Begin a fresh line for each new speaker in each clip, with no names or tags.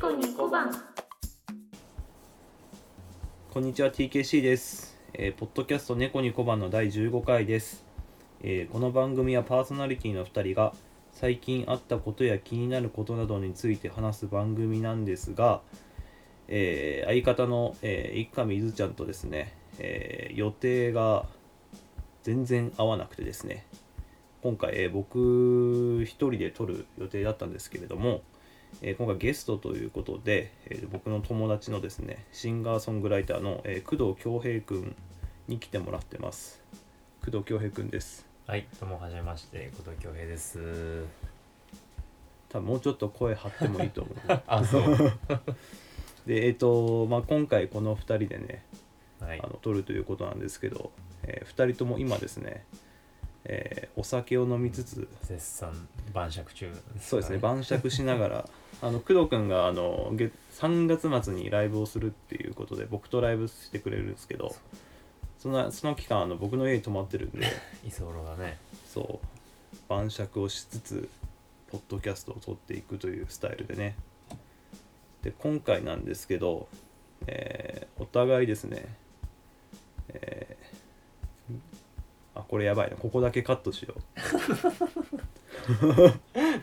ろに小判
こんにちは TKC です、えーポッドキャスト猫に小判の第15回です、えーこの番組はパーソナリティの2人が最近あったことや気になることなどについて話す番組なんですが、えー相方の、えー一上伊豆ちゃんとですね、えー予定が全然合わなくてですね今回、えー僕一人で撮る予定だったんですけれども、えー今回ゲストということで、えー僕の友達のですねシンガーソングライターの、えー工藤恭平くんに来てもらってます工藤恭平くんです
はい、どうもはじめまして、後藤恭平です。
多分もうちょっと声張ってもいいと思う
あ、そう。
でえっ、と、まあ、今回この2人でね
はい
あ。の撮るということなんですけど、え2人とも今ですね、えーお酒を飲みつつ
絶賛晩酌中、
そうですね。晩酌しながらあの工藤君があの月3月末にライブをするっていうことで僕とライブしてくれるんですけどそのその期間あの僕の家に泊まってるんで
居候がね。
そう晩酌をしつつポッドキャストを撮っていくというスタイルでねで今回なんですけど、えーお互いですね、えーあこれやばいなここだけカットしよう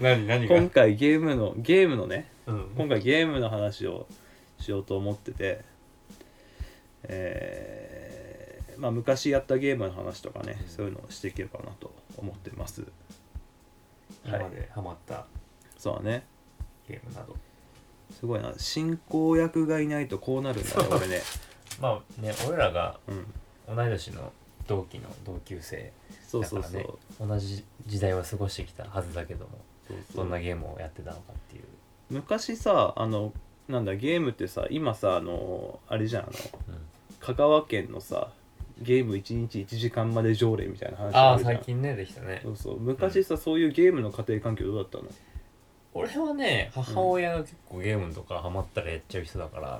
何何
今回ゲームのゲームのね
うん。
今回ゲームの話をしようと思ってて、えーまあ、昔やったゲームの話とかね、
うん
そういうのをしていけばなと思ってます
今までハマった
そうだね
ゲームなど。
すごいな進行役がいないとこうなるんだね俺ね、
まあね、俺らが
うん、
同い年の同期の同級生
そう
だ
そ
か
う
ら
そう,、
ね、同じ時代は過ごしてきたはずだけども、
そうそ
ど
うん
なゲームをやってたのかっていう。
昔さあのなんだゲームってさ今さあのあれじゃんあの
うん、
香川県のさゲーム1日1時間まで条例みたいな話
あ
あ
あ、
るじゃん
最近ね、できたね
そ。うそう昔さ、そういうゲームの家庭環境どうだったの
俺はね、母親が結構ゲームとかハマったらやっちゃう人だから、
あ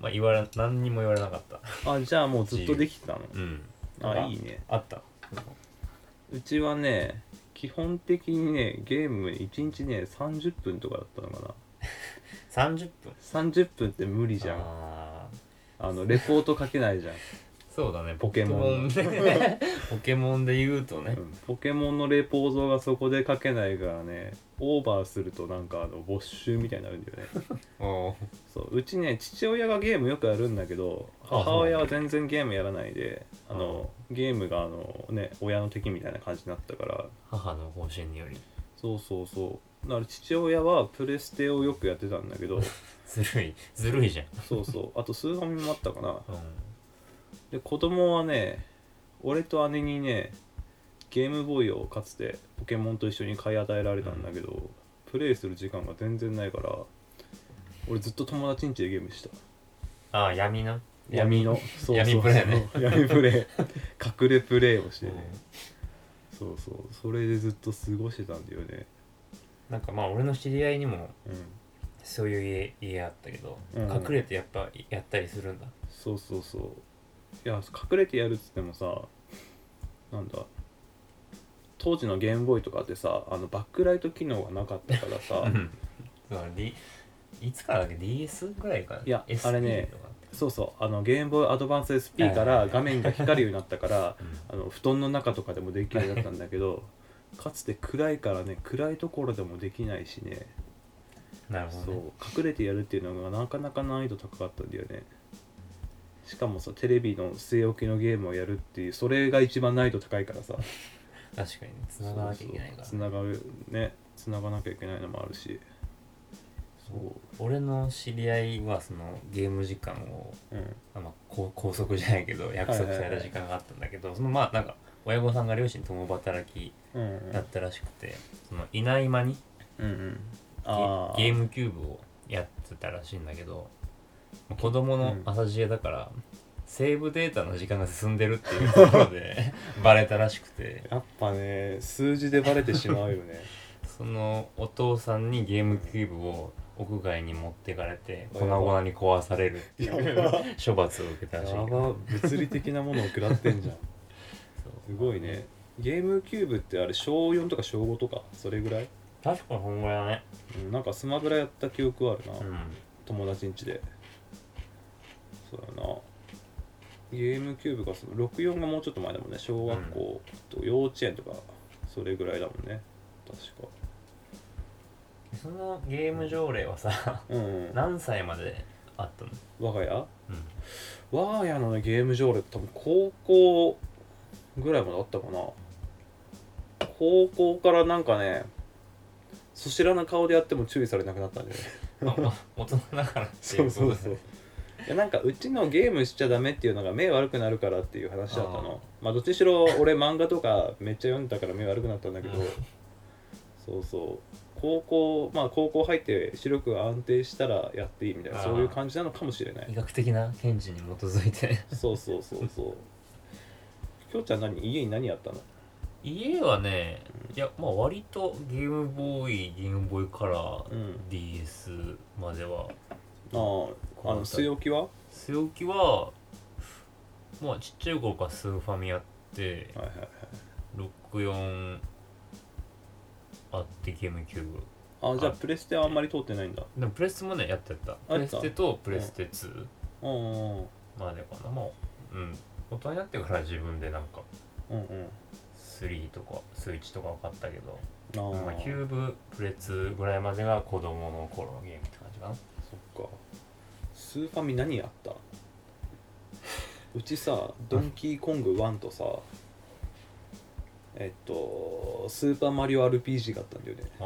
まあ言われ、何にも言われなかった。
ああじゃあもうずっとできてたの
うん。
あいいね
あった。
うちはね基本的にねゲーム1日ね30分とかだったのかな
30分。
30分って無理じゃんあ
あー
のレポート書けないじゃん、
そうだね
ポケモン
ポケモンでポケモンで言うとね
うんポケモンのレポートがそこで書けないからねオーバーするとなんかあの没収みたいになるんだよね
お
そううちね父親がゲームよくやるんだけど
あ
母親は全然ゲームやらないであ
そうなんだ
のゲームがあのね親の敵みたいな感じになったから
母の方針により
そうそうそうだから父親はプレステをよくやってたんだけ ど
ずるいずるいじゃん、
そうそうあとスーファミもあったかな
うん、
で子供はね俺と姉にねゲームボーイをかつてポケモンと一緒に買い与えられたんだけど、プレイする時間が全然ないから俺ずっと友達ん家でゲームした
ああ闇な
闇のそうそうそう
闇プレイね
闇プレ イ隠れプレイをして
うん
ね、そうそうそれでずっと過ごしてたんだよね
なんかまあ俺の知り合いにも
うん
そういう家家あったけど、
うん
隠れてやっぱやったりするんだ
そうそうそういや隠れてやるっつってもさなんだ当時のゲームボーイとかってさあのバックライト機能がなかったから
う
さ
んだから、D、いつからだっけ DS ぐらいかない
やあれね
とか
そうそうあのゲームボーイアドバンス SP か
はいはいは
ら
い
画面が光るようになったから
うん
あの布団の中とかでもできるようになったんだけどかつて暗いからね暗いところでもできないしね
なるほ
そ
ど、ね、
う隠れてやるっていうのがなかなか難易度高かったんだよねしかもさテレビの据え置きのゲームをやるっていうそれが一番難易度高いからさ
確かにね繋がなきゃいけないから
そうそう繋がるね繋がなきゃいけないのもあるしそう
俺の知り合いはそのゲーム時間を
うん
あまあ、こう拘束じゃないけど約束された時間があったんだけど、そのまあなんか親御さんが両親共働き
うん
だったらしくて、そのいない間に
うんうん
ゲ
あ
ゲー
ム
ムキューブをやってたらしいんだけどまあ子供の朝知恵だから、セーブデータの時間が進んでるっていうところ でバレたらしくて
やっぱね数字でバレてしまうよね
そのお父さんにゲームキューブを屋外に持ってかれて
や
粉
ば
々に壊されるっていう
やば
処罰を受けた
や
らしいけ
ば
ど
物理的なものを食らってんじゃんす
そう
ごいねゲームキューブってあれ小4とか小5とかそれぐらい
確かにそんぐらいだね
うんなんかスマブラやった記憶はあるな、
うん
友達ん家でそうだなゲームキューブがその64がもうちょっと前だもんね小学校と幼稚園とかそれぐらいだもんね確か
そのゲーム条例はさ
うんうん
何歳まであったの
我が家
うん
我が家のねゲーム条例って多分高校ぐらいまであったかな高校からなんかねそしらぬ顔でやっても注意されなくなったんじゃない
あお大人だからってい
そうう
こ
そ
と
う
だ
そう
ね
いやなんかうちのゲームしちゃダメっていうのが目悪くなるからっていう話だったのまあどっちにしろ俺漫画とかめっちゃ読んだから目悪くなったんだけど、
うん
そうそう高校まあ高校入って視力が安定したらやっていいみたいな
あー
そういう感じなのかもしれない
医学的な見地に基づいて
そうそうそうそうきょうちゃん何家に何やったの
家はねいやまあ割とゲームボーイゲームボーイカラー、
うん
DS までは
あああ
こうだ
の
った
据え置きは
据え置きはまあちっちゃい頃からスーファミやって
はいはいはい
64あってゲームキューブ
あじゃあ
あ
プレステはあんまり通ってないんだ
でもプレステもねやってた
た
プレステとプレステ2
うんうんうん
までかなまあうん大人になってから自分でなんか
うんうん
3とかスイッチとか分かったけど
あー
まあ、キューブプレツぐらいまでが子供の頃のゲームって感じかな
そっかスーファミ何やったうちさ「ドンキーコング1」とさえっと「スーパーマリオ RPG」があったんだよね
あ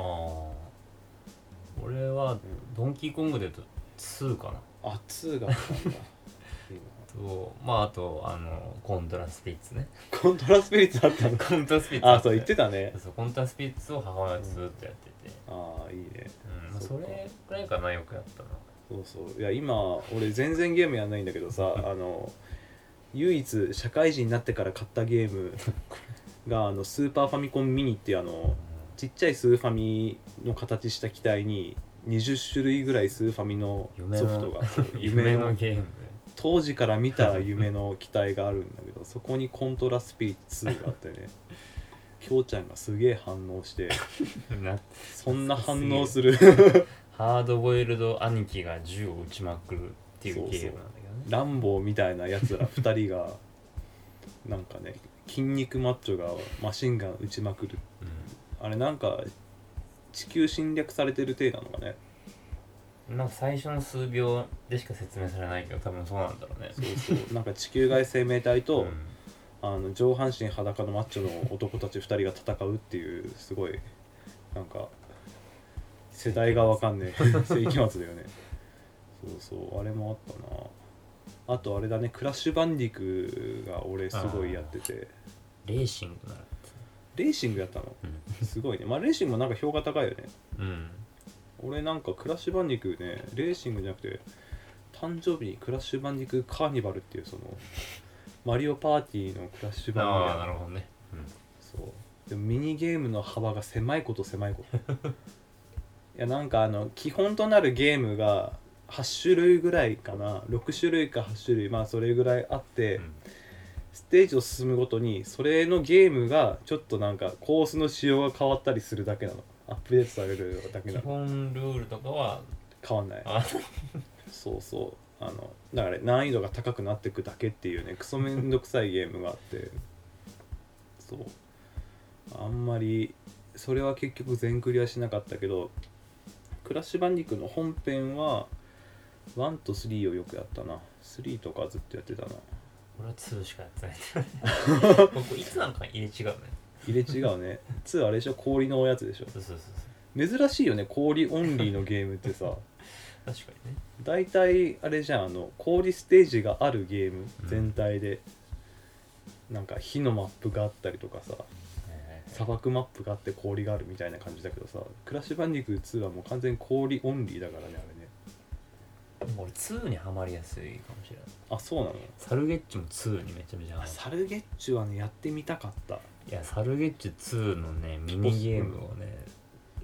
あ俺はドンキーコングで言うと2かな
あ2があったん だいいな
とまああとあのコントラスピッツね
コントラスピリッツあったのか
コントラスピッ ツ
あそう言って
た
たね
そうコントラスピッツを母親とずっとやってて、
ああいいね
うんまあ、
そっ
そ
か
れぐらいかなよくやったな
そうそういや今俺全然ゲームやんないんだけどさあの唯一社会人になってから買ったゲームがあのスーパーファミコンミニっていうあのちっちゃいスーファミの形した機体に20種類ぐらいスーファミの
夢
ソ
の
フトがそう
夢
夢
の
の
ゲーム
当時から見た夢の機体があるんだけどそこにコントラスピリッツ2があって ねきょうちゃんがすげえ反応して
な
そんな反応する
ハードボイルド兄貴が銃を撃ちまくるっていう
そうそう
ゲームなんだけど ね
ランボーみたいなやつら2人がなんかね筋肉マッチョがマシンガン撃ちまくる
うん
あれなんか地球侵略されてる体なのかね
なんか最初の数秒でしか説明されないけど多分そうなんだろうね
そうそうなんか地球外生命体と、
ん
あの上半身裸のマッチョの男たち2人が戦うっていうすごいなんか世代がわかんねえ世紀末だよねそうそうあれもあったなあとあれだねクラッシュバンディクが俺すごいやってて
レーシングなら
レーシングやったのすごいねまあレーシングもなんか評価高いよね
うん
俺なんかクラッシュバンディクねレーシングじゃなくて誕生日にクラッシュバンディクカーニバルっていうそのマリオパーティーのクラッシュバンディク
あ
やった
あなるほどね、
そうでもミニゲームの幅が狭いこと狭いこといやなんかあの基本となるゲームが8種類ぐらいかな6種類か8種類まあそれぐらいあって、
うん
ステージを進むごとにそれのゲームがちょっとなんかコースの仕様が変わったりするだけなのアップデートされるだけ
基
なの
本ルールとかは
変わんない
あ
そうそうあのだから難易度が高くなっていくだけっていうねクソめんどくさいゲームがあって そうあんまりそれは結局全クリアしなかったけどクラッシュバンディクの本編は1と3をよくやったな3とかずっとやってたな
俺は2しかやってない ここいつなんか入れ違うね
入れ違うね2あれでしょ氷のおやつでしょ
そうそうそうそ
珍しいよね氷オンリーのゲームってさ
う確かにね
大体あれじゃんあの氷ステージがあるゲーム
うん
全体で、なんか火のマップがあったりとかさ砂漠マップがあって氷があるみたいな感じだけどさクラッシュバンディクー2はもう完全に氷オンリーだからねあれね
でも俺2にはまりやすいかもしれない
あそうなの
サルゲッチュも2にめちゃめちゃハマ
あ
る
サルゲッチュはねやってみたかった
いやサルゲッチュ2のねミニゲームをね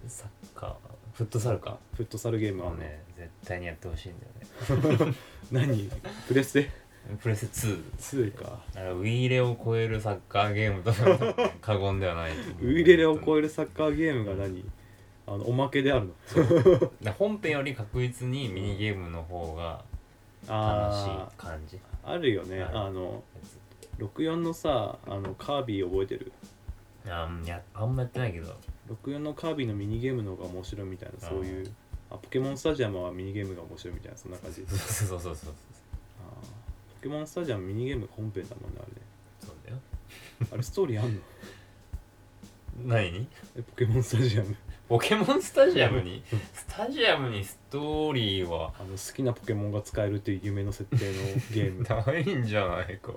サッカーフットサルか
フットサルゲームは
もう
ね
ね絶対にやってほしいんだよね
何プレステ
プレス2
2か
だからウィーレを超えるサッカーゲームと過言ではない
ウイレレを超
え
えるサッカーゲームが何あのおまけであるの
ら本編より確実にミニゲームの方が楽し
あ
い感じ
ーあるよね
あ
あの64のさあのカービィ覚えてる
あーいやあんまやってないけど
64のカービィのミニゲームの方が面白いみたいなそういうあポケモンスタジアムはミニゲームが面白いみたいなそんな感じあー
そうそうそうそうそう
ポケモンスタジアムミニゲームが本編だもんねあれね
そうだよ
あれストーリーあんの
何に
えポケモンスタジアム
ポケモンスタジアムにスタジアムにストーリーは
あの好きなポケモンが使えるっていう夢の設定のゲー ム
ないんじゃないか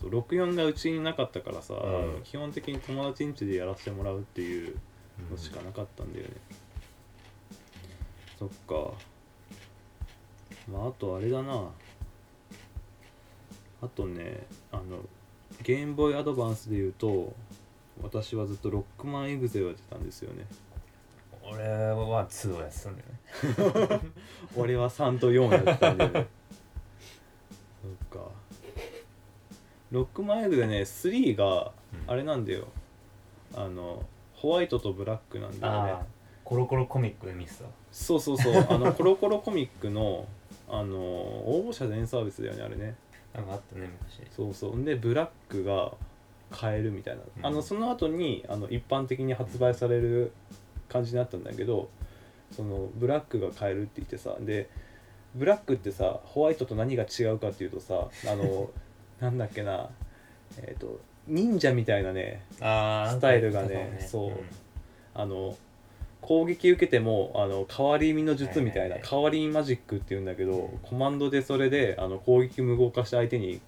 そう64がうちになかったからさ、
うん
基本的に友達ん家でやらせてもらうっていうのしかなかったんだよね、そっかまああとあれだなあとねあのゲームボーイアドバンスで言うと私はずっとロックマンエグゼをやってたんですよね
俺は2をやってたんだよね
俺は3と4やったんで、ね、そっかロックマンエグゼね3が
うん
あれなんだよあのホワイトとブラックなんだよね
ああコロコロコミックで見せた
そうそうそうあの コロコロコミックのあの応募者全サービスだよねあれね
なんかあったね昔
そうそうんでブラックが買えるみたいな、
うん
あのその後にあの一般的に発売される感じになったんだけどそのブラックが買えるって言ってさでブラックってさホワイトと何が違うかっていうとさあ のなんだっけなえっ、と忍者みたいなね
あー
スタイルがね
そ
そうう
だね
あの攻撃受けてもあの変わり身の術みたいな、
はいはいはい
変わり身マジックっていうんだけど、コマンドでそれであの攻撃無効化して相手に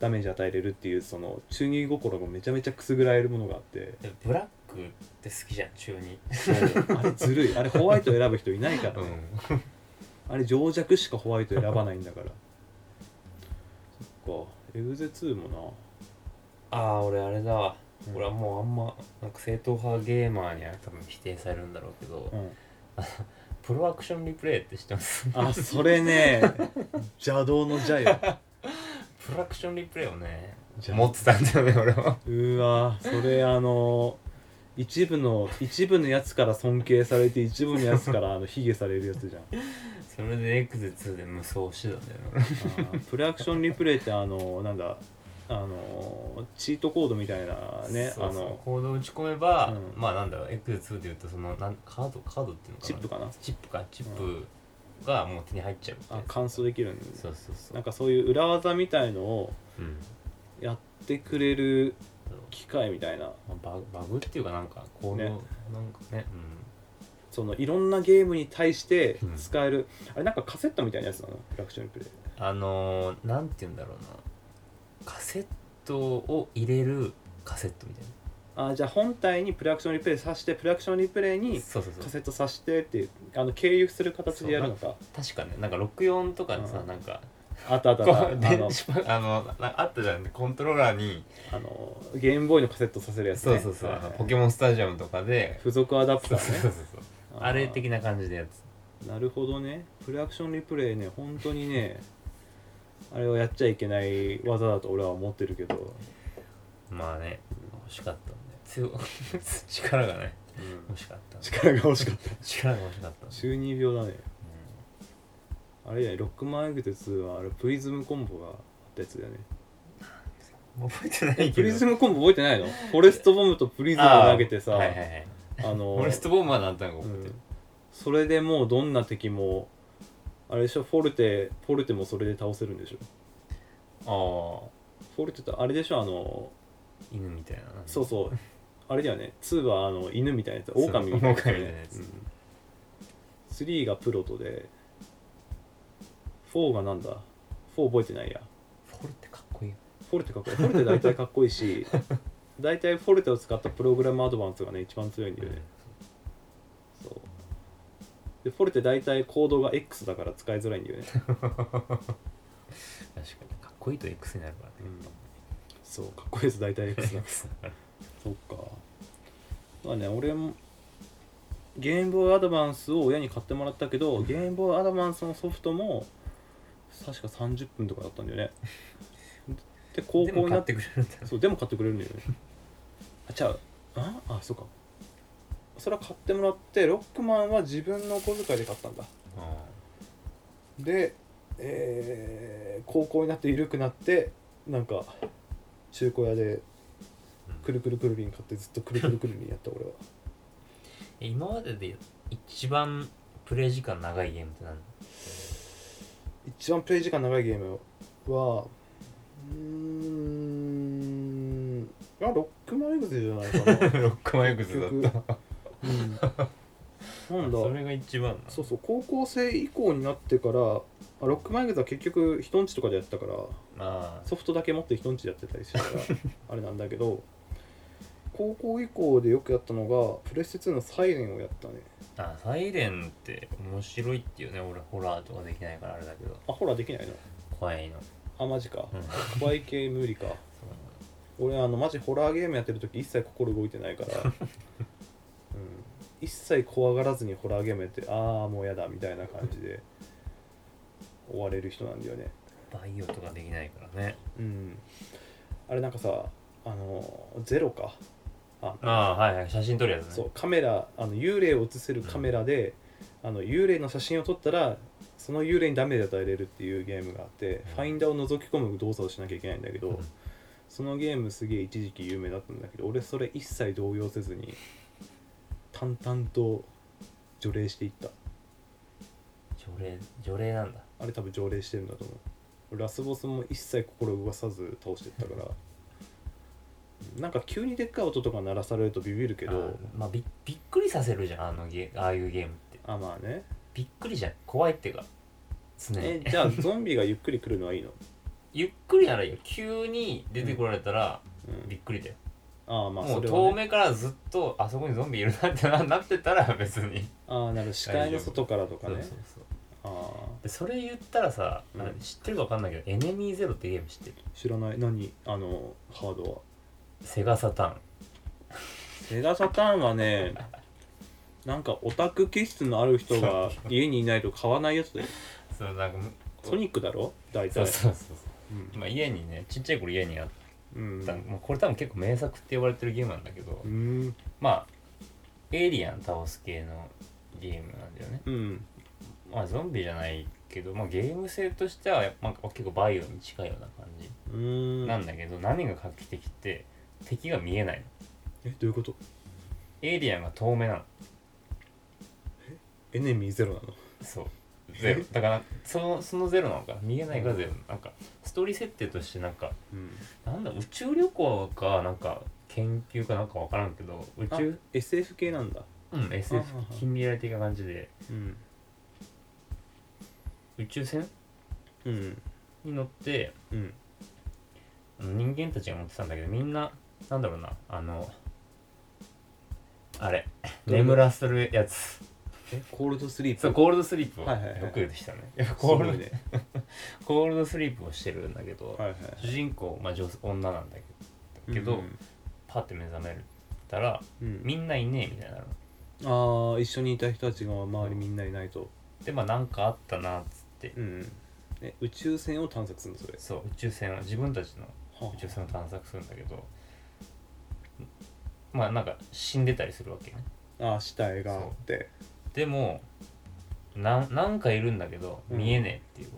ダメージ与えれるっていうその中二心がめちゃめちゃくすぐらえるものがあって
うんでブラックって好きじゃん中に
あれず るいあれホワイト選ぶ人いないから、
う
ね
ん
あれ情弱しかホワイト選ばないんだからそっかエグゼ2も
ああ俺あれだわ
うん
俺はもうあんまなんか正統派ゲーマーには多分否定されるんだろうけど
な、うん、
プロアクションリプレイって知ってます
あそれね邪道の邪よ
プロアクションリプレイをね
じゃあ
持ってたんだよね俺は
うわそれあの一部の一部のやつから尊敬されて一部のやつからあの卑下されるやつじゃん
それでエクゼ2で無双してたんだよね
あープレアクションリプレイってあのなんだあのチートコードみたいな
俺
ね
そう
あ
そう
の
コード打ち込めば、
うん
まあなんだろうエクゼ2で言うとそのなんカードカードっていうのかな
チップかな
チップかチップがもう手に入っちゃうみたい
あ
な
乾燥できるんで
そうそうそう
なんかそういう裏技みたいのを
うん
やってくれる
そう
機械みたいな
まあバグバグっていうかなんかコード、
ね
なんかね
そのいろんなゲームに対して
うん
使える、あれなんかカセットみたいなやつなのプレアクションリプレイ
うんあのー、なんて言うんだろうなカセットを入れるカセットみたい
あーじゃあ本体にプレアクションリプレイさしてプレアクションリプレイに
なそうそうそう
カセット挿してっていうあの経由する形でやるのか
確かねなんか64とかでさ、
うん
なんか
あったあったあ
こ
ったあ
う電
の
子パあのなあったじゃんコントローラーに
あのゲームボーイのカセットさせるやつ、
そう
ね、
そうそう、あのポ
ポ
ケ
ケモン
モンスタジアムとかで、
付属アダプタ
そうそう
ー
そ
ね
うそうあれ的な感じのやつ
なるほどねプレアクションリプレイね本当にねあれはやっちゃいけない技だと俺は思ってるけど、
まあね欲しかったんで強 力がね
うん
欲しかった
力が欲しかった
力が欲しかった、
中二病だねあれだねロックマンエグゼ2はあれプリズムコンボがあったやつだよね
うん覚えてないけ
え
ど
プリズムコンボ覚えてないのフォレストボムとプリズム
あー
投げてさあ,、
はいはいはい
の
フォレストボーマーなんたのか
う
覚えてる
ん、それでもうどんな敵もあれでしょフォルテフォルテもそれで倒せるんでしょ
ああ
フォルテってあれでしょあの
犬みたいな
そう
う
そうあれだよね2はあの犬みたいなやつ
そう
オオカミみたいなやつだよ
狼みたいなやつ
うん、3がプロトで4がなんだ4覚えてないや
フォルってかっこいいよ
フォルテかっこいいフォルテ大体かっこいい し大体フォルテを使ったプログラムアドバンスがね一番強いんだよね、そうでフォルテ大体コードが X だから使いづらいんだよね
確かにかっこいいと X になるからね
そうかっこいいです大 体 X だ
X だから
そっかまあね俺もゲームボーイアドバンスを親に買ってもらったけどゲームボーイアドバンスのソフトも確か30分とかだったんだよねで高
で
校
も
にな
買
っ
っ
て
てくれるんだ
そうでも買ってくれるんだよねあ違うああそうかそれは買ってもらってロックマンは自分のお小遣いで買ったんだで、えー高校になって緩くなってなんか中古屋でくるくるくるりん買ってずっとくるくるくるりんやった俺は
え今までで一番プレイ時間長いゲームって何
一番プレイ時間長いゲームはうーんいやロックマンエグゼじゃないか な
ロックマンエグゼだった
うんなんだ
それが一番な
そうそう高校生以降になってからあロックマンエグゼは結局人んちとかでやってたから
あ
ソフトだけ持って人んちでやってたりしてた からあれなんだけど高校以降でよくやったのがプレステ2の「サイレンをやったね
ああサイレンって面白いっていうね俺ホラーとかできないからあれだけど
あホラーできないの
怖いの、
あマジか
うん、
怖い系無理か俺あのマジホラーゲームやってる時一切心動いてないから、う ん、一切怖がらずにホラーゲームやってああもうやだみたいな感じで終われる人なんだよね
バイオとかできないからね
うんあれなんかさあのゼロかあ
ああはいはい写真撮るやつね
そうカメラあの幽霊を映せるカメラで、あの幽霊の写真を撮ったらその幽霊にダメージを与えれるっていうゲームがあって、
うん
ファインダーを覗き込む動作をしなきゃいけないんだけど、
うん
そのゲームすげえ一時期有名だったんだけど俺それ一切動揺せずに淡々と除霊していった
除霊除霊なんだ
あれ多分条例してるんだと思うラスボスも一切心動かさず倒してったからなんか急にでっかい音とか鳴らされるとビビるけど
あまあびびっくりさせるじゃんあのゲああいうゲームって
あまあね
びっくりじゃん怖いっていうか常
え
に
じゃあゾンビがゆっくり来るのはいいの、
ゆっくりならいいよ急に出てこられたら
うん
びっくりだよ、
ああまあ
も
そうれ
遠
は、ね、
目からずっとあそこにゾンビいるなってなな ってたら別に
ああなるほど視界の外からとか
そう
ね
そうそう
あ
でそれ言ったらさ、
うん
あ知ってるか分かんないけど「エネミーゼロ」ってゲーム知ってる
あ知らない何あのハードは
セガサターン
セガサターンはねなんかオタク気質のある人 が家にいないと買わないやつだよ
そうなんかむ
ソニックだろ大
そう
体
そうそう
うん
まあ家にねちっちゃい頃家にあっ
うん
た、もうこれ多分結構名作って呼ばれてるゲームなんだけど、
うん
まあエイリアン倒す系のゲームなんだよね
うん
まあゾンビじゃないけど、まあ、ゲーム性としては、まあ、結構バイオに近いような感じ
うん
なんだけど、何が画期的って敵が見えないの
えどういうこと
エイリアンが遠目なの
エネミーゼロなの
そうゼロだからそのそのゼロなのか見えないがゼロなんかストーリー設定としてなんか
うん
なんだ宇宙旅行かなんか研究かなんか分からんけど宇
あ
宙
SF 系なんだ
うん SF
あはは
近未来的な感じで
うん
宇宙船
うん
に乗って
うん
あの人間たちが乗ってたんだけどみんななんだろうなあのあれ
どういう
眠らせるやつ
えコールドスリープ
そうコールドスリープを
はいはいはい
よくでしたねいや
す
コ
ご
ー
い
ルド
ね
コールドスリープをしてるんだけど
はいはい
主人公まあ女女なんだけどけどパッて目覚めたら
うん
みんないねえみたいになるの
ああ一緒にいた人たちが周りみんないないと
でまあなんかあったなっつって
うんえ宇宙船を探索するのそれ
そう宇宙船を自分たちの
は
宇宙船を探索するんだけどまあなんか死んでたりするわけね
ああー死体があって
でもなんなんかいるんだけど
うん
見えねえっていう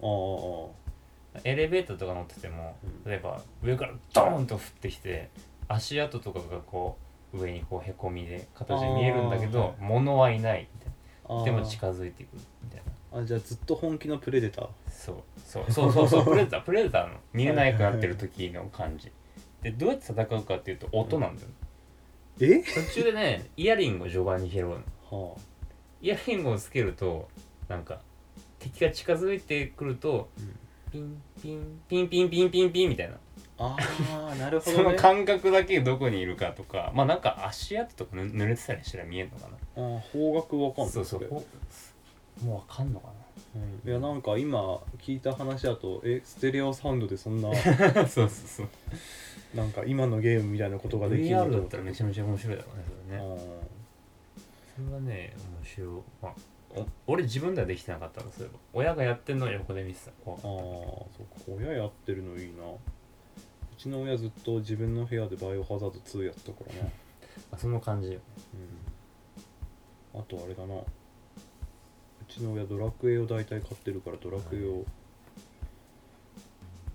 こと、
あー
エレベーターとか乗ってても
うん
例えば上からドーンと降ってきて足跡とかがこう上にこうへこみで形で見えるんだけ
あ
ど
ー
物はいないみたい
あー
なでも近づいていくみたいな
あじゃあずっと本気のプレデター
そうそうそうそうそうプレデタープレデターの見えなくなってる時の感じでどうやって戦うかっていうと音なんだよ、
え
途中でねイヤリングを序盤に拾うの
は
イヤリングをつけるとなんか敵が近づいてくると
あ、
ピンピンピンピンピンピンピンみたいな
ああーなるほ
そ
ど
の
ね
感覚だけどこにいるかとかまあなんか足跡とかぬ濡れてたりしたら見えるのかな
あー方角わかんない
そうそう
これ
こうもうわかんのか
うんいやなんか今聞いた話だとえステレオサウンドでそん な
なそうそうそう
なんか今のゲームみたいなことができるの
VR だ
と
ったらめちゃめちゃ面白いだろうねそれね
あ
それはね面白い、まあ、お俺自分ではできてなかったのそういえば親がやってんのを横で見てた怖かっ
ーあ
た
ーそうか親やってるのいいなうちの親ずっと自分の部屋でバイオハザード2やってたからな、
あその感じよ
うん、あとあれだなうちの親ドラクエを大体買ってるからドラクエを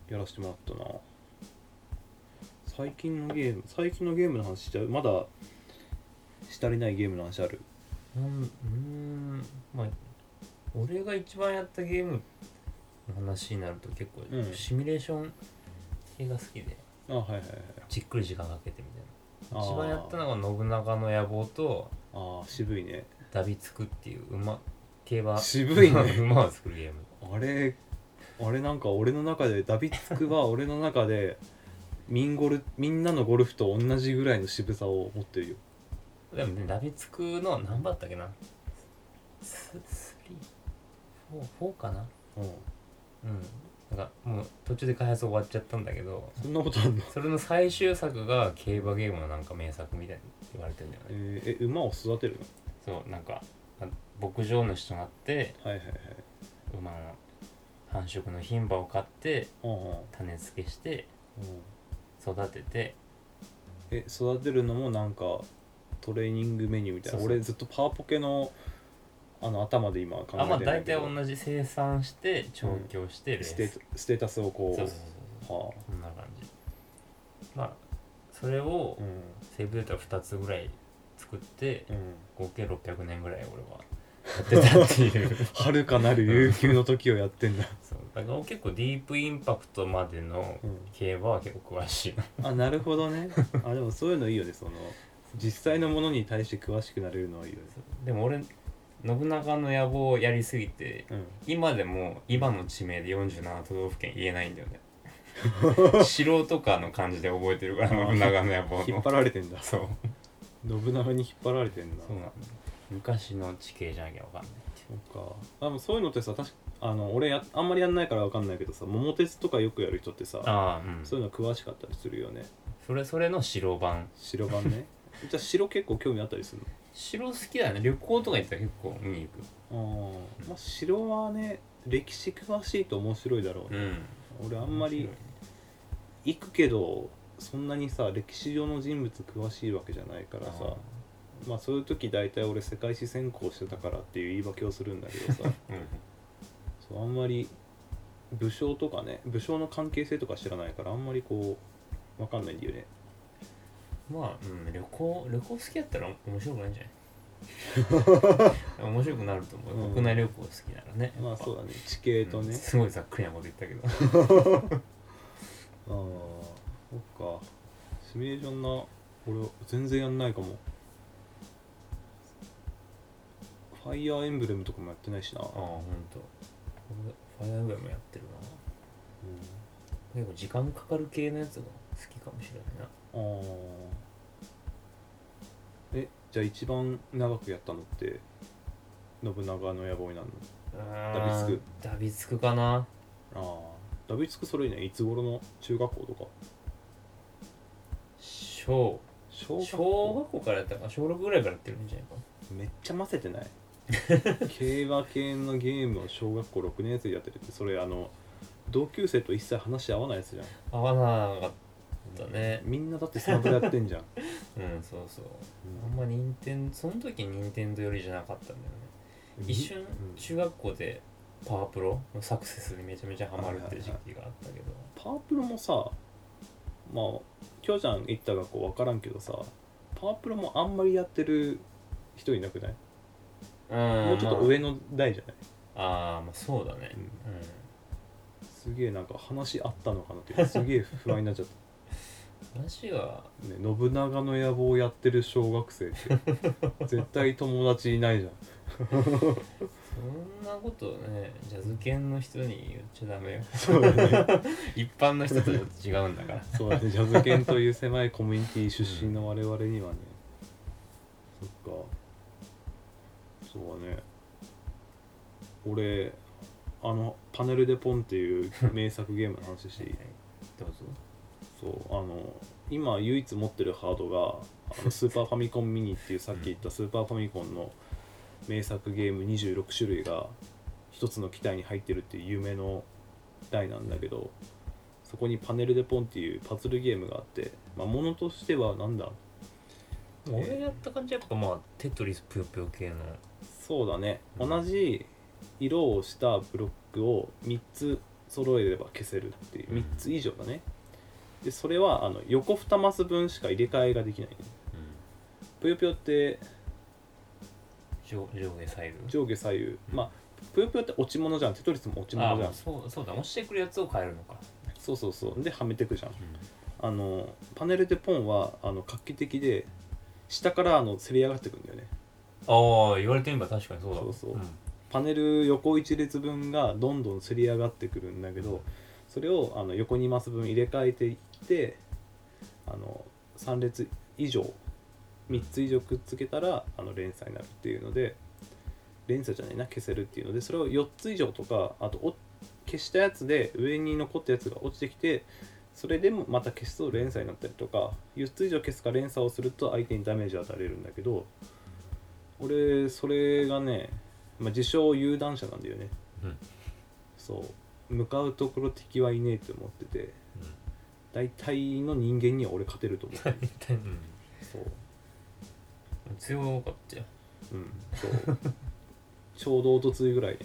やらせてもらったな最近のゲーム最近のゲームの話しちゃうまだし足りないゲームの話ある
うんうーんまあ俺が一番やったゲームの話になると結構
うん
シミュレーション系が好きで
あはいはいはい
じっくり時間かけてみたい
あ
な
ー
一番やったのが信長の野望と
ああ渋いね
ダビつくっていう馬競馬
渋いね
馬を作るゲーム
あれあれなんか俺の中でダビツク は俺の中でミンゴルみんなのゴルフと同じぐらいの渋さを持ってるよ
でもねダビつくの何番だったっけなススリーフォーフォーかな
うん
うんなんかもう途中で開発終わっちゃったんだけど
そんなことあん の、
それの最終作が競馬ゲームのなんか名作みたいに言われてるんだよね
えーえ馬を育てる
そうなんかあ牧場主となって
のはいはいはい
馬の繁殖の牝馬を買って
うんうんうん
種付けして育てて
え育てるのもなんかトレーニングメニューみたいな
そうそう
俺ずっとパワポケのあの頭で今考えて
あま
んだ
あ大
け
体
ど
同じ生産して調教してレー
ス
ス、
テータステータスをこう
そうそうそうそう
は
こんな感じまあそれを
あうん
セーブデータ2つぐらい作って
うん
合計600年ぐらい俺はやってたっていう
はるかなる悠久の時をやってんだ、
そうだから結構ディープインパクトまでの
うん
競馬は結構詳しいな
あなるほどねあでもそういうのいいよねその実際のものに対して詳しくなれるのはいいよね
でも俺信長の野望をやりすぎて
うん
今でも今の地名で47都道府県言えないんだよ ね素人かの感じで覚えてるから信長の野望
引っ
の
張られてんだ
そう
信長に引っ張られてんだ
そうなんだ昔の地形じゃなきゃ分かんない
そうか多分そういうのってさ確かあの俺やあんまりやんないからわかんないけどさ桃鉄とかよくやる人ってさ
ああうん
そういうの詳しかったりするよね
それそれの白版
白番ね じゃあ白結構興味あったりする
白好きだよね旅行とか行ったら結構見に
のあー、まあ、白はね歴史詳しいと面白いだろ
行
う
くう
ね、
ん
俺あんまり行くけどそんなにさ歴史上の人物詳しいわけじゃないからさまあそういう時大体俺世界史専攻してたからっていう言い訳をするんだけどさ
うん
そうあんまり武将とかね武将の関係性とか知らないからあんまりこうわかんないんだよね
まあ、うん、旅行旅行好きやったら面白くないん じゃない面白くなると思う、
うん
国内旅行好きならね
まあそう
う
だね地形と
ん
ね、
すごいざっくりなこと言っ たけど
ああそっかシミュレーションな俺全然やんないかもファイヤーエンブレムとかもやってないしな、
ああほんと俺ファイアーガイもやってるな結構時間かかる系のやつが好きかもしれないな
うん、ああえじゃあ一番長くやったのって信長の野望になるダビつく
ダビつくかな
のああダビつくそれねいつ頃の中学校とか
小
小
小
学
学
校
校からやったか小6ぐらいからやってるんじゃないか
めっちゃませて ない競馬系のゲームを小学校6年生でやってるってそれあの同級生と一切話合わないやつじゃん
合わなかったね
みんなだってスマブラやってん じゃん、
うんそうそうあんま任天その時任天堂寄りじゃなかったんだよね
うん
一瞬
うん
中学校でパワープロのサクセスにめちゃめちゃハマるって時期があったけど
パワープロもさまあきょうちゃん行った学校分からんけどさパワープロもあんまりやってる人いなくない、
うん
もうちょっと上の代じゃない、
まああーまあそうだね
うん
うん
すげえなんか話あったのかなって いうすげえ不安になっちゃった
話が
ね、信長の野望をやってる小学生って絶対友達いないじゃん
そんなことねジャズ犬の人に言っちゃダメよ
そうだね
一般の人とちょっと違うん だから
そうだねジャズ犬という狭いコミュニティ出身の我々にはね、そっかそうだね俺あの「パネル・デ・ポン」っていう名作ゲームの話していい
どうぞ
そうあの今唯一持ってるハードがあのスーパーファミコンミニっていう さっき言ったスーパーファミコンの名作ゲーム26種類が一つの機体に入ってるっていう夢の台なんだけどそこにパネルでポンっていうパズルゲームがあって、まあ、ものとしてはなんだ
俺やった感じはやっぱまあテトリスぷよぷよ系の
そうだね、
うん
同じ色をしたブロックを3つ揃えれば消せるっていう
うん
3つ以上だねでそれはあの横2マス分しか入れ替えができないねぷよぷよって
上上下左右
上下左右
うん
まあぷよぷよって落ち物じゃんテトリスも落ち
あ
物じゃん
そうそうだ押してくるやつを変えるのか、
そうそうそうではめてくじゃんあのパネルでポンはあの画期的で下からあのせり上がってくんだよね
ああ言われてみれば確かにそうだ
そうそうんパネル横1列分がどんどんすり上がってくるんだけどそれをあの横2マス分入れ替えていってあの3列以上3つ以上くっつけたらあの連鎖になるっていうので連鎖じゃないな消せるっていうのでそれを4つ以上とかあとお消したやつで上に残ったやつが落ちてきてそれでもまた消すと連鎖になったりとか4つ以上消すか連鎖をすると相手にダメージを与えれるんだけど俺それがね、まあ、自称有段者なんだよね
うん
そう向かうところ敵はいねえと思ってて大体の人間には俺勝てると思う
うん
そう
うん強かったよ、
うんそう ちょうどおとついぐらいね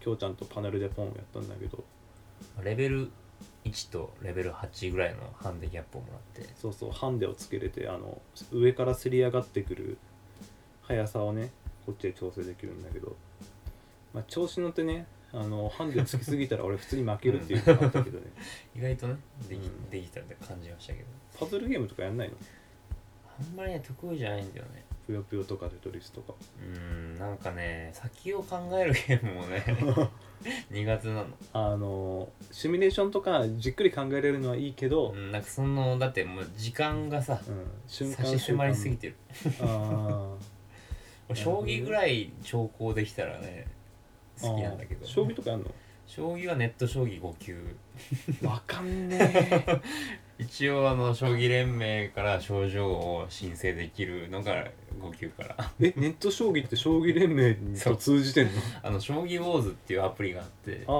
う
きょうちゃんとパネルでポンをやったんだけど
ん、レベル1とレベル8ぐらいのハンディキャップをもらって
そうそうハンデをつけれてあの上からせり上がってくる速さをねこっちで調整できるんだけど、まあ、調子乗ってねあのハンデをつきすぎたら俺普通に負けるっていうのがあったけどね
意外とねでき,、
うん
できたって感じましたけど
パズルゲームとかやんないの
あんまりね得意じゃないんだよね
ぷよぷよとかテトリスとか
うんなんかね先を考えるゲームも ね苦手なの
あのシミュレーションとかじっくり考えられるのはいいけど
う、んなんかそのだってもう時間がさ
うん瞬
差
間
し迫りすぎ
て
てる
あ
将棋ぐらい長考できたらね
ー
好きなんだけど
あー将棋とかやんの
将棋はネット将棋5級
わかんねえ
一応あの将棋連盟から賞状を申請できるのが5級から
えネット将棋って将棋連盟と通じてんの
あの将棋ウォーズっていうアプリがあって
ああ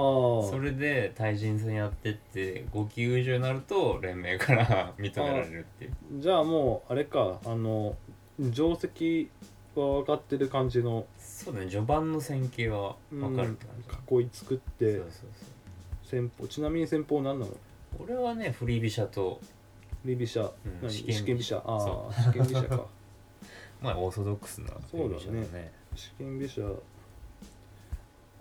それで対人戦やってって5級以上になると連盟から 認められるっていう
じゃあもうあれかあの定石は分かってる感じの
そうだね序盤の戦型は分かるって感じ、
囲い作って
そうそうそ
戦法ちなみに戦法何なの
う俺はね振り飛車と
リビシャ、
ん
何
四間
四間飛車あ
そ
あ四間飛車か
まあオーソドックスな振り飛車
そうだ四間飛車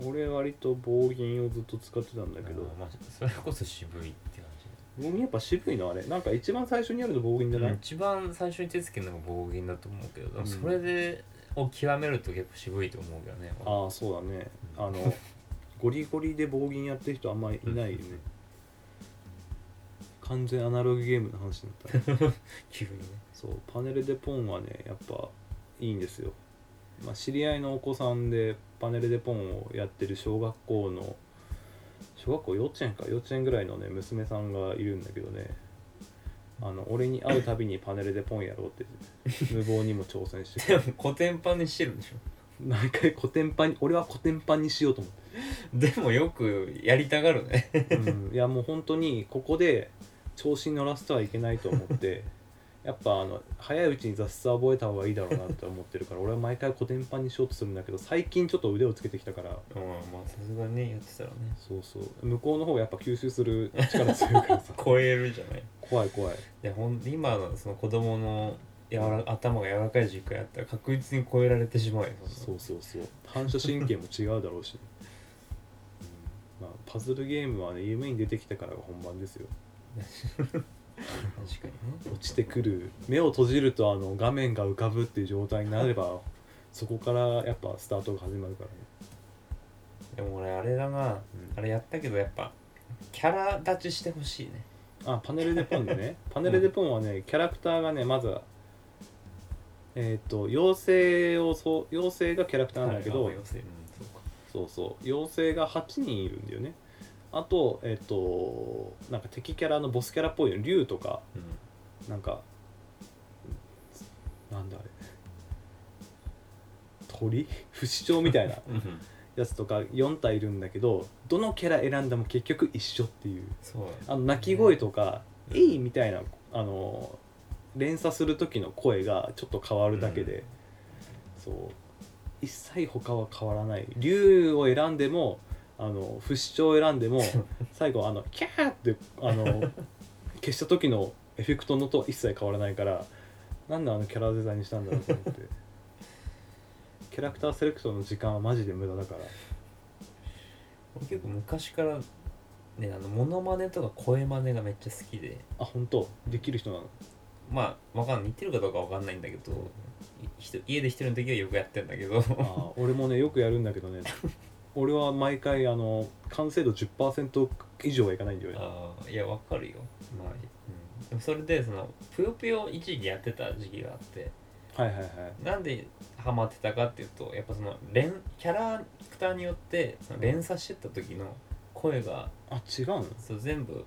俺割と棒銀をずっと使ってたんだけど
あーまあ、それこそ渋いって感
棒銀やっぱ渋いのあれなんか一番最初にやるの棒銀じ
じ、
ゃない、
一番最初に手つけるのが暴言だと思うけどでも
うん
それでを極めると結構渋いと思うけどね、
ああそうだねあのゴリゴリで棒銀やってる人あんまりいないよね完全アナログゲームの話になった
急にね
そうパネルでポンはねやっぱいいんですよ、まあ、知り合いのお子さんでパネルでポンをやってる小学校の小学校幼稚園か幼稚園ぐらいのね娘さんがいるんだけどねあの俺に会うたびにパネルでポンやろうって無謀にも挑戦して
で
て
も古典版にしてるんでしょ
毎回コテンパンに俺はコテンパンにしようと思っ
でもよくやりたがるね
て、うんいやもう本当にここで調子に乗らせてはいけないと思ってやっぱあの早いうちに雑さ覚えた方がいいだろうなって思ってるから俺は毎回コテンパンにしようとするんだけど最近ちょっと腕をつけてきたから
うんまあさすがにねやってたらね
そうそう向こうの方がやっぱ吸収する力強いから さ
超えるじゃない
怖い怖い
でほん今のその子供の柔ら頭が柔らかい軸やったら確実に超えられてしまうよ
そううそうそう反射神経も違うだろうし、まあ、パズルゲームはね夢に出てきてからが本番ですよ
確かにね
落ちてくる目を閉じるとあの画面が浮かぶっていう状態になればそこからやっぱスタートが始まるからね
でも俺あれだな、あれやったけどやっぱキャラ立ちしてほしいね
あパネルでポンで ねパネルでポンはねキャラクターがねまずはえっ、と妖精をそう妖精がキャラクターなんだけど、
はい要するにうんそうか
そうそう妖精が8人いるんだよねあとえっ、となんか敵キャラのボスキャラっぽいの竜とかなんかなんだあれ鳥 不死鳥みたいな
うん
やつとか4体いるんだけどどのキャラ選んでも結局一緒っていう
そう
あの鳴き声とか「
うん
えい!」みたいなあの連鎖する時の声がちょっと変わるだけで、そう一切他は変わらない竜を選んでもあの不死鳥を選んで も最後あのキャーってあの消した時のエフェクトの音は一切変わらないからなんであのキャラデザインにしたんだろうと思 ってキャラクターセレクトの時間はマジで無駄だから
結構昔からねあのモノマネとか声マネがめっちゃ好きで
あ本当できる人な の
まあわかんない似てるかどうかわかんないんだけどいひと家で一人の時はよくやってんだけ ど
あー俺もねよくやるんだけど ね俺は毎回あの完成度10%以上はいかないんだよね
あーいやわかるよまあ、うん、でもそれでそのぷよぷよ一時期やってた時期があって
はいはいはい
なんでハマってたかっていうとやっぱその連キャラクターによってその連鎖してった時の声が
あ違うの
そう全部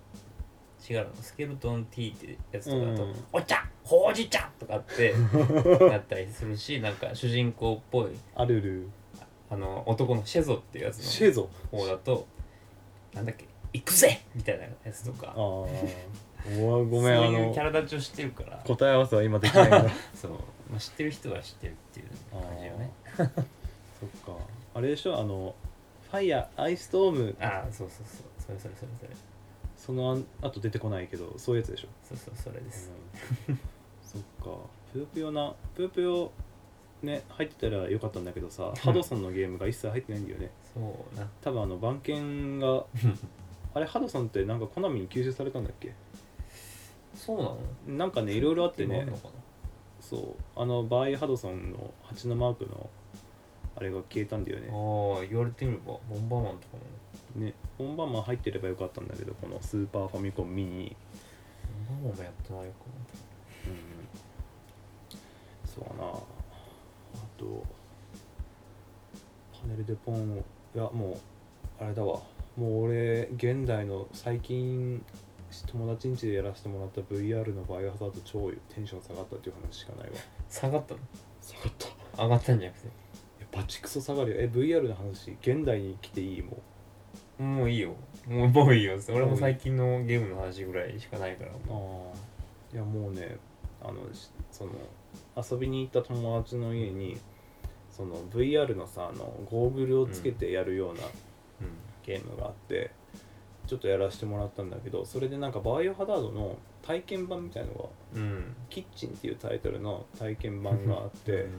違うのスケルトン T ってやつとかだと
う
「
ん
お茶ほうじ茶」とかって なったりするしなんか主人公っぽい
アルル
あの男のシェゾっていうやつ
シェゾ
の方だとなんだっけ「行くぜ!」みたいなやつと
あ
か
あーうわごめん
そ
あ
ういうキャ
の
ラ立ちをしてるから
答え合わせは今できない から
そう、まあ、知ってる人は知ってるっていう
あ
感じよね
ーそっかあれでしょあのファイヤーアイストーム
ああそうそうそうそれそれそれそれ
そのあと出てこないけどそういうやつでしょ
そうそうそれです、
うん そっかぷよぷよなぷよぷよね入ってたらよかったんだけどさ、ハドソンのゲームが一切入ってないんだよね
そうな
多分あの番犬 があれハドソンってなんかコナミに吸収されたんだっけ
そうなの
なんかねいろいろあって
今あん
ね
のかな
そうあのバイハドソンの蜂のマークのあれが消えたんだよね
ああ言われてみればボンバーマンとかも
ねボンバーマン入ってればよかったんだけどこのスーパーファミコンミニに
ボンバーマンもやってないか
うんそうやなあとパネルでポンをいやもうあれだわもう俺現代の最近友達ん家でやらせてもらった VR のバイオハザード超テンション下がったっていう話しかないわ
な下がったの
下がったい
上がったんじゃなくて
やバチクソ下がるよえ VR の話現代に来ていいも
もういいよもうもういいよ俺も最近のゲームの話ぐらいしかないから
うああいやもうねあのしその遊びに行った友達の家にその VR のさあのゴーグルをつけてやるような、
うん
ゲームがあってちょっとやらせてもらったんだけどそれでなんかバイオハザードの体験版みたいのが
うん
「キッチン」っていうタイトルの体験版があって
うん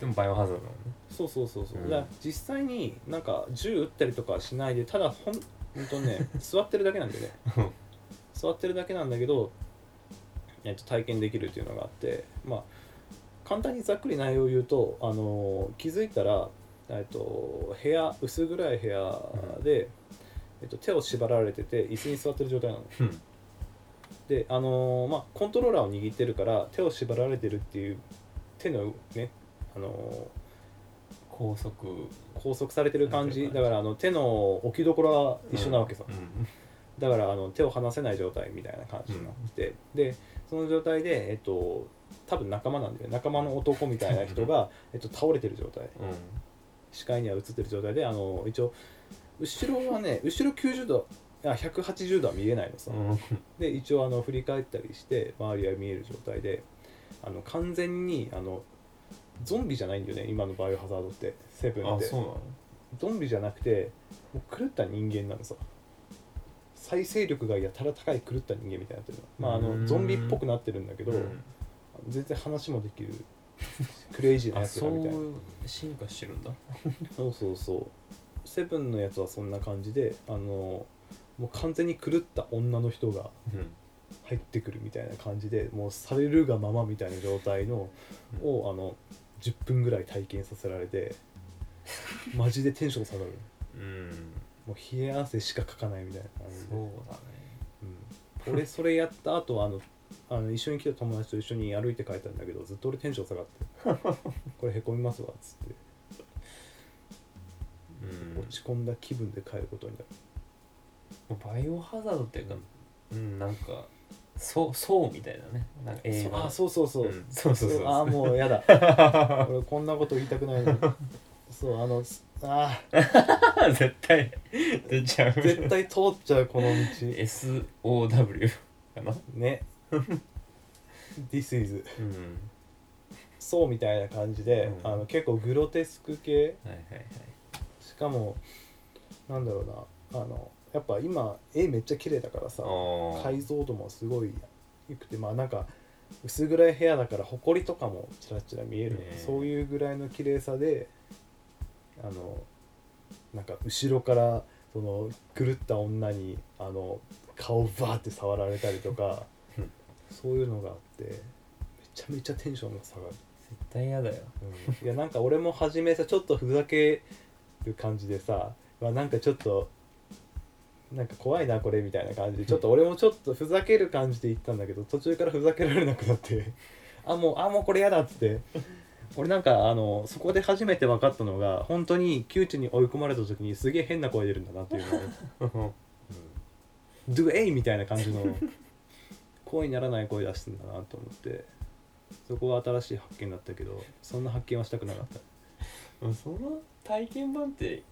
でもバイオハザードなのね
そうそうそうそう、
うん
だから実際になんか銃撃ったりとかはしないでただほんほんとね 座ってるだけなんでね
うん
座ってるだけなんだけど、えっと、体験できるっていうのがあってまあ簡単にざっくり内容を言うと、あのー気づいたら、えっと、部屋薄暗い部屋で、えっと、手を縛られてて椅子に座ってる状態なの。
うん
であのーまあコントローラーを握ってるから手を縛られてるっていう手のねあのー
高速
拘束されてる感
な
じ
んてい
だ
うのか
か
な
らあの手の置きどころが一緒なわけさ、
うん
だからあの手を離せない状態みたいな感じになって、でその状態でえっと多分仲間なんだよ仲間の男みたいな人が、えっと、倒れてる状態
うん
視界には映ってる状態であの一応後ろはね後ろ90度あ180度は見えないのさ、
うん
で一応あの振り返ったりして周りは見える状態であの完全にあのゾンビじゃないんだよね今のバイオハザードってセブンっ
あ
て
そうなの
ゾンビじゃなくてもう狂った人間なのさ再生力がやたら高い狂った人間みたいになってるの,、まあ、あ
うー
の
ん
ゾンビっぽくなってるんだけど、
うん
全然話もできるクレイジーな
あ
やつだ
そ
みたいな
う進化してるんだ
そうそうそうセブンのやつはそんな感じであのもう完全に狂った女の人が
うん
入ってくるみたいな感じでもうされるがままみたいな状態の
うん
をあの10分ぐらい体験させられてマジでテンション下がる
うん
もう冷え汗しかかかないみたいな感じで
そうだね
うん、俺それやった後あのあの一緒に来た友達と一緒に歩いて帰ったんだけどずっと俺テンション下がって 「これへこみますわ」っつって
うん
落ち込んだ気分で帰ることになる、
バイオハザードっていうかうんなんかそうそうみたいなねなんか映
そう
画
あそうそうそう、
うんそうそうそうそう
ああもうや だ俺こんなこと言いたくないのにそうあのあ
絶対出ちゃう
ー絶対通 っちゃうこの道
SOW かな
ね「This is
うん」
そうみたいな感じで、
うん
あの結構グロテスク系
はいはいはい
しかもなんだろうなあのやっぱ今絵めっちゃ綺麗だからさ
あ
解像度もすごい良くてまあなんか薄暗い部屋だから埃とかもちらちら見える、
ねえ
そういうぐらいの綺麗さであのなんか後ろからその狂った女にあの顔バーって触られたりと か
うん
そういうのがあってめちゃめちゃテンションが下がる、
絶対嫌 だよ
うんいやなんか俺も初めさちょっとふざける感じでさ、まあ、なんかちょっとなんか怖いなこれみたいな感じでちょっと俺もちょっとふざける感じで行ったんだけど途中からふざけられなくなってあもうあもうこれやだっつって俺なんかあのそこで初めて分かったのが本当に窮地に追い込まれた時にすげえ変な声出るんだなっていうのをドゥエイみたいな感じの声にならない声出してんだなと思ってそこは新しい発見だったけどそんな発見はしたくなかった
うんその体験版って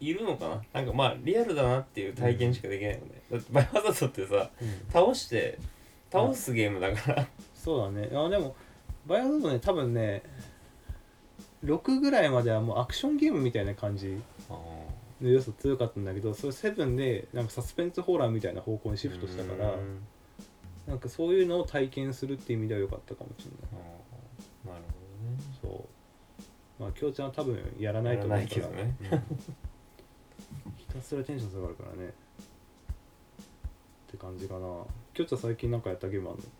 いるのかななんかまあリアルだなっていう体験しかできないよね、だってバイオハザードってさ倒して倒すゲームだから、
そうだねあでもバイオハザードね多分ね6ぐらいまではもうアクションゲームみたいな感じの要素強かったんだけどそれ7でなんかサスペンスホラーみたいな方向にシフトしたから
うん
なんかそういうのを体験するっていう意味では良かったかもしれない
あーなるほ
そうまあ京ちゃんは多分やらないと思うから
やらない
うんひたすらテンション下がるからねって感じかな京ちゃん最近なんかやったゲームあるの
どね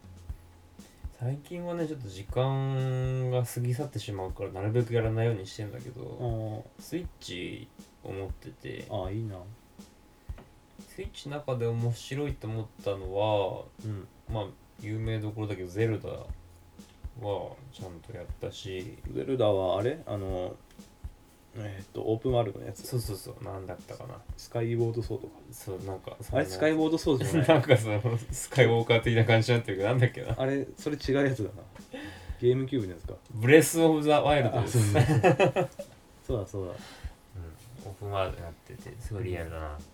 最近はねちょっと時間が過ぎ去ってしまうからなるべくやらないようにしてんだけどスイッチを持ってて
あーあーいいな
スイッチの中で面白いと思ったのは
うん
まあ有名どころだけど「ゼルダ」はちゃんとやったし
ゼルダはあれあのえーっとオープンワールドのやつ
そうそうそうなんだったかな
スカイウォードソードか
そうなんかそ
あれスカイウ
ウォー
ォードソードじゃな
ないんかそのスカイウォーカー的な感じになってるけどなんだっけな
あれそれ違うやつだなゲームキューブのやつか
ブレス・オブ・ザ・ワイルド
あ
で
そ
す
うそう そうそうだそう
うん、オープンワールドになっててすごいリアルだなって、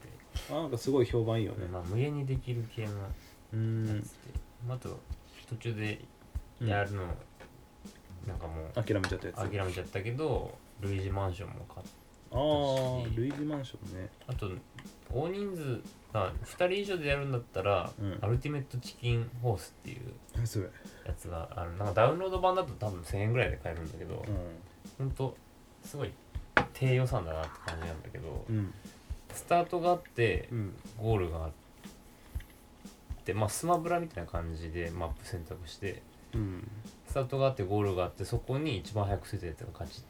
だあなんかすごい評判いいよね
まあ、無限にできる系のや
う
つで、
ん
まああと途中でやるの、なんかもう
諦めちゃったやつ
諦めちゃったけどルイージマンションも買っ
あールイージマンションね
あと大人数が2人以上でやるんだったら、
うん
アルティメットチキンホースっていう
何それ
やつがあるなんかダウンロード版だと多分1000円ぐらいで買えるんだけど、ほんとすごい低予算だなって感じなんだけど、
うんうん
スタートがあって
うん
ゴールがあってまあスマブラみたいな感じでマップ選択して
うん
スタートがあってゴールがあってそこに一番早くついたやつが勝ちっ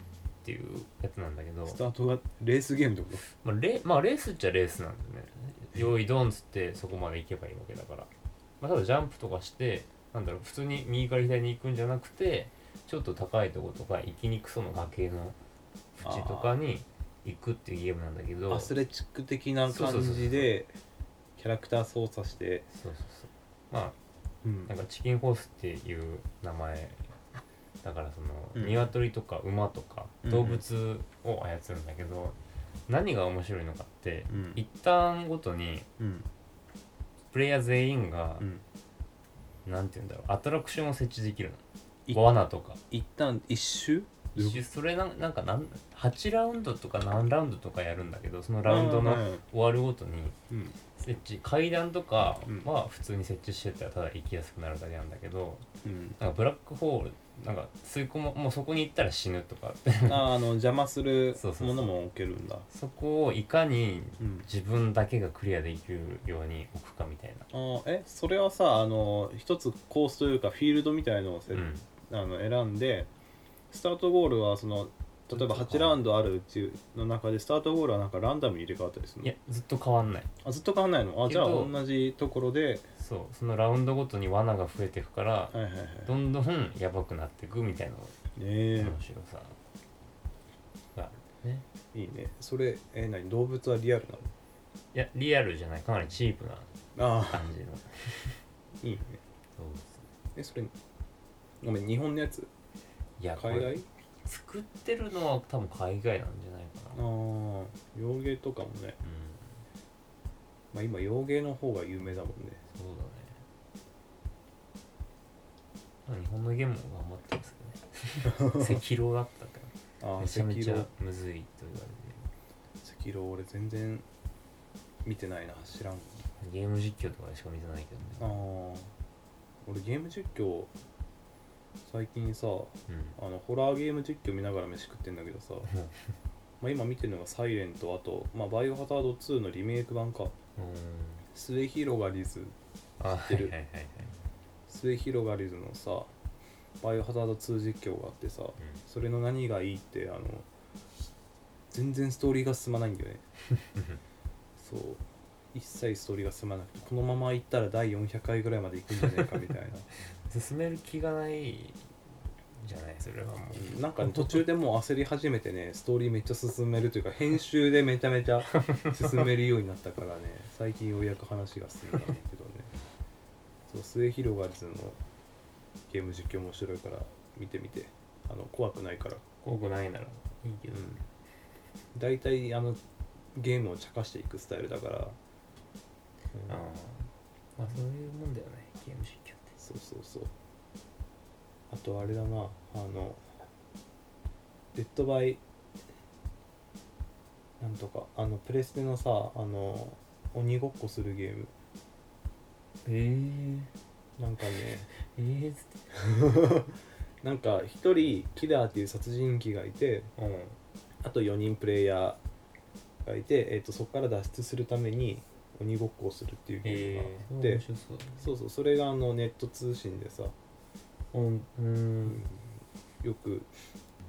ていうやつなんだけど
ス、タートがレースゲームってこ
まあ、レまあレースっちゃレースなんだよね用意ドンっつってそこまで行けばいいわけだから、まあ、ただジャンプとかしてなんだろう普通に右から左に行くんじゃなくてちょっと高いとことか行きにくそうな崖の縁とかに行くっていうゲームなんだけ
と
ど
アスレチック的な
そう
感
そうそう
じでキャラクター操作して
そうそうそうまあ
うん
なんかチキンホースっていう名前だからその、
うん
鶏とか馬とか
うん
動物を操るんだけど、何が面白いのかって、
うん
一旦ごとに
うん
プレイヤー全員が
う、ん
なんて言うんだろうアトラクションを設置できる
い
の罠とか
一旦一周
一周それなんなんかなん8ラウンドとか何ラウンドとかやるんだけどそのラウンド
うん
の終わるごとに
うん
設置階段とか
うん
は普通に設置してたらただ行きやすくなるだけなんだけど、
うん
なんかブラックホールなんか吸い込ももうそこに行ったら死ぬとかって
ああの邪魔する
そうそうそ
も
う
のも置けるんだ
そこをいかに
うん
自分だけがクリアできるように置くかみたいな、
あーえそれはさあの一つコースというかフィールドみたいのをせ、
うん、
あの選んでスタートゴールはその例えば
ずっ
8
と
ラウンドあるうちの中でスタートゴールはなんかランダムに入れ替わったりする
い
の
やずっと変わんない
あずっと変わんないのあじゃあ
けど
同じところで
そうそのラウンドごとに罠が増えていくから
はいはいはい
どんどんやばくなっていくみたいな
ね
面白さがあるね
えいいねそれえ何動物はリアル
いやリアルじゃないかなりチープな
なのあ
感じの
あいいね
動物
えそれごめん日本のやつ
いやこ
海
れ
外
作ってるのは多分海外なんじゃないか
あ
な、
あ洋芸とかもね、
うん
まあ、今洋芸の方が有名だもんね
そうだねまあ日本のゲームも頑張ってます けどね赤狼だったから
あ
め
ー
ちゃめち
赤
ゃ
狼
むずいと言われて
赤狼俺全然見てないな知らん
ゲーム実況とかでしか見てないけ
あ
どね、
ー俺ゲーム実況最近さ
うん、
あのホラーゲーム実況見ながら飯食ってんだけど さ、まあ、今見てるのが「サイレントあと、まあ、バイオハザード2のリメイク版か
うん
末広がりず
あ
知ってる
はいはいはいはい、
末広がりずのさバイオハザード2実況があってさ
うん
それの何がいいってあの全然ストーリーが進まないんだよねそう一切ストーリーが進まなくてこのまま行ったら第400回ぐらいまで行くんじゃないかみたいな
進める気がないじゃないそれはもう
なんかね途中でもう焦り始めてねストーリーめっちゃ進めるというか編集でめちゃめちゃ進めるようになったからね最近ようやく話が進んだんだけどねそう末広がりずのゲーム実況面白いから見てみてあの怖くないから
怖くないならいいけど、
うん大体あのゲームを茶化していくスタイルだから、うん
ああまあそういうもんだよねゲーム実況って
そうそうそうあとあれだなあのデッドバイなんとかあのプレステのさあの鬼ごっこするゲーム
え
なんかね
えええつって
なんか一人キラーっていう殺人鬼がいて
うん
あと4人プレイヤーがいて、えー、とそこから脱出するために鬼ごっこをするっていうゲームがあって、
面白そうだね
そうそうそれがあのネット通信でさ
うんうん
よく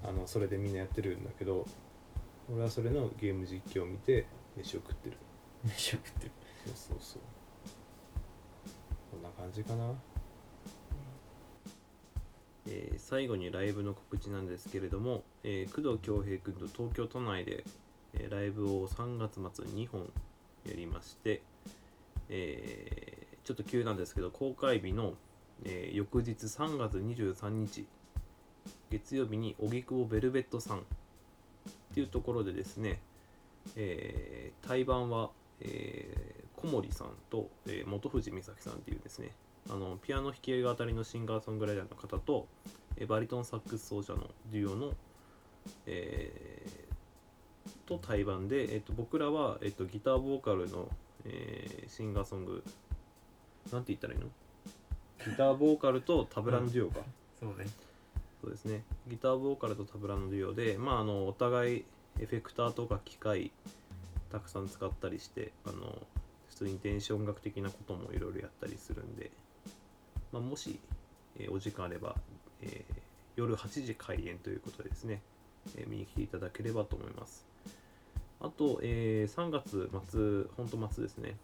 あのそれでみんなやってるんだけど俺はそれのゲーム実況を見て飯を食ってる
飯食ってる
そうそうそうこんな感じかな、えー最後にライブの告知なんですけれども、えー工藤恭平君と東京都内で、えーライブを3月末に2本やりまして、えーちょっと急なんですけど公開日の、えー翌日3月23日月曜日に荻窪ベルベットさんっていうところでですね、えー対バンは、えー小森さんと、えー本藤美咲さんっていうですねあのピアノ弾き語りのシンガーソングライターの方と、えーバリトンサックス奏者のデュオの、えーと対バンで、えー、と僕らは、えー、とギターボーカルの、えーシンガーソングなんて言ったらいいのギターボーカルとタブラのデュオか、
そうね
そうですねギターボーカルとタブラのデュオで、まあ、あのお互いエフェクターとか機械たくさん使ったりしてあの普通に電子音楽的なこともいろいろやったりするんで、まあ、もし、えーお時間あれば、えー夜8時開演ということでですね、えー見に来ていただければと思いますあと、えー3月末本当末ですね、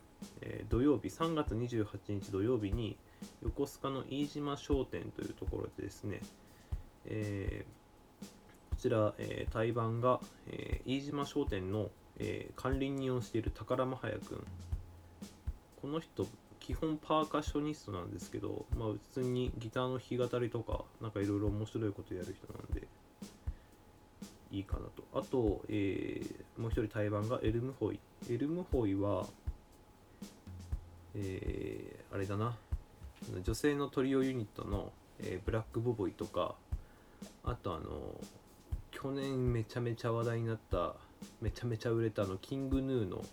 えー土曜日3月28日土曜日に横須賀の飯島商店というところでですね、えーこちら、えー、対バンが、えー飯島商店の、えー管理人をしている宝間隼君この人基本パーカッショニストなんですけど、まあ、普通にギターの弾き語りとかなんかいろいろ面白いことやる人なんでいいかなとあと、えーもう一人対バンがエルムホイエルムホイはえーあれだな女性のトリオユニットの、えーブラックボボイとかあとあの去年めちゃめちゃ話題になっためちゃめちゃ売れたあのキングヌーの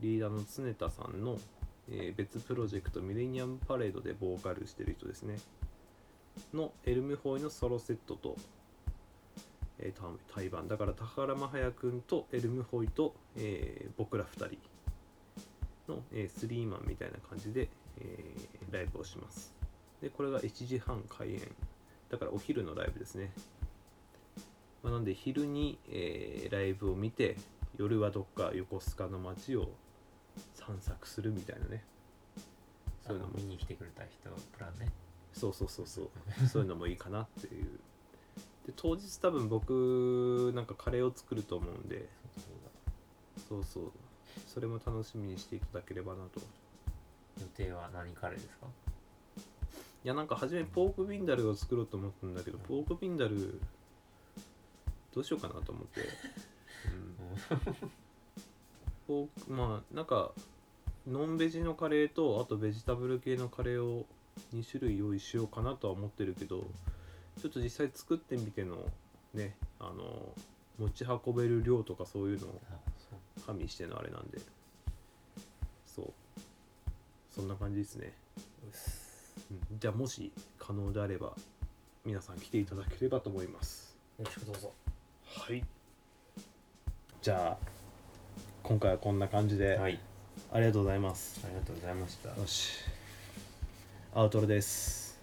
リーダーの常田さんの、えー別プロジェクトミレニアムパレードでボーカルしてる人ですねのエルムホイのソロセットと、えー、た対バンだから宝間隼君とエルムホイと、えー僕ら2人の、えー、スリーマンみたいな感じで、えーライブをしますでこれが1時半開演だからお昼のライブですねまあ、なんで昼に、えーライブを見て夜はどっか横須賀の街を散策するみたいなね
そ
そうう
い
いうう
の
の
見
も
に来てくれた人プランね
そうそうそうそうそういうのもいいかなっていうで当日多分僕なんかカレーを作ると思うんで
そうそうだ
そうそうそれも楽しみにしていただければなとい
予定は何カレーですか
やなんか初めポークビンダルを作ろうと思ったんだけどポークビンダルどうしようかなと思って、うん、ポークまあなんかノンベジのカレーとあとベジタブル系のカレーを2種類用意しようかなとは思ってるけどちょっと実際作ってみてのねあの持ち運べる量とかそういうのを
あそう
加味してのあれなんでそうそんな感じですね、
うっす
うんじゃあもし可能であれば皆さん来ていただければと思います
よろしくどうぞ
はいじゃあ今回はこんな感じで、
はい
ありがとうございます
ありがとうございました
よしアウトロです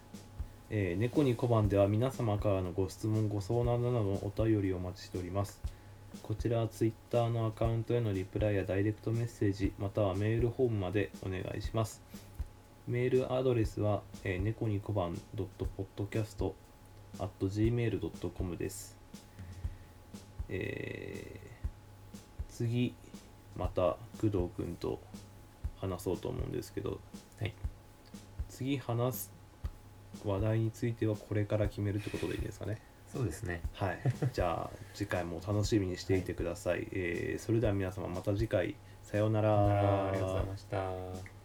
えー猫に小判では皆様からのご質問ご相談などのお便りをお待ちしておりますこちらは Twitter のアカウントへのリプライやダイレクトメッセージまたはメールホームまでお願いしますメールアドレスは、えー、猫に小判 .podcast.gmail.com ですえー次また工藤くんと話そうと思うんですけど
はい
次話す話題についてはこれから決めるってことでいいですかね
そうですね
はいじゃあ次回も楽しみにしていてください、えーそれでは皆様また次回さようなら
あーありがとうございました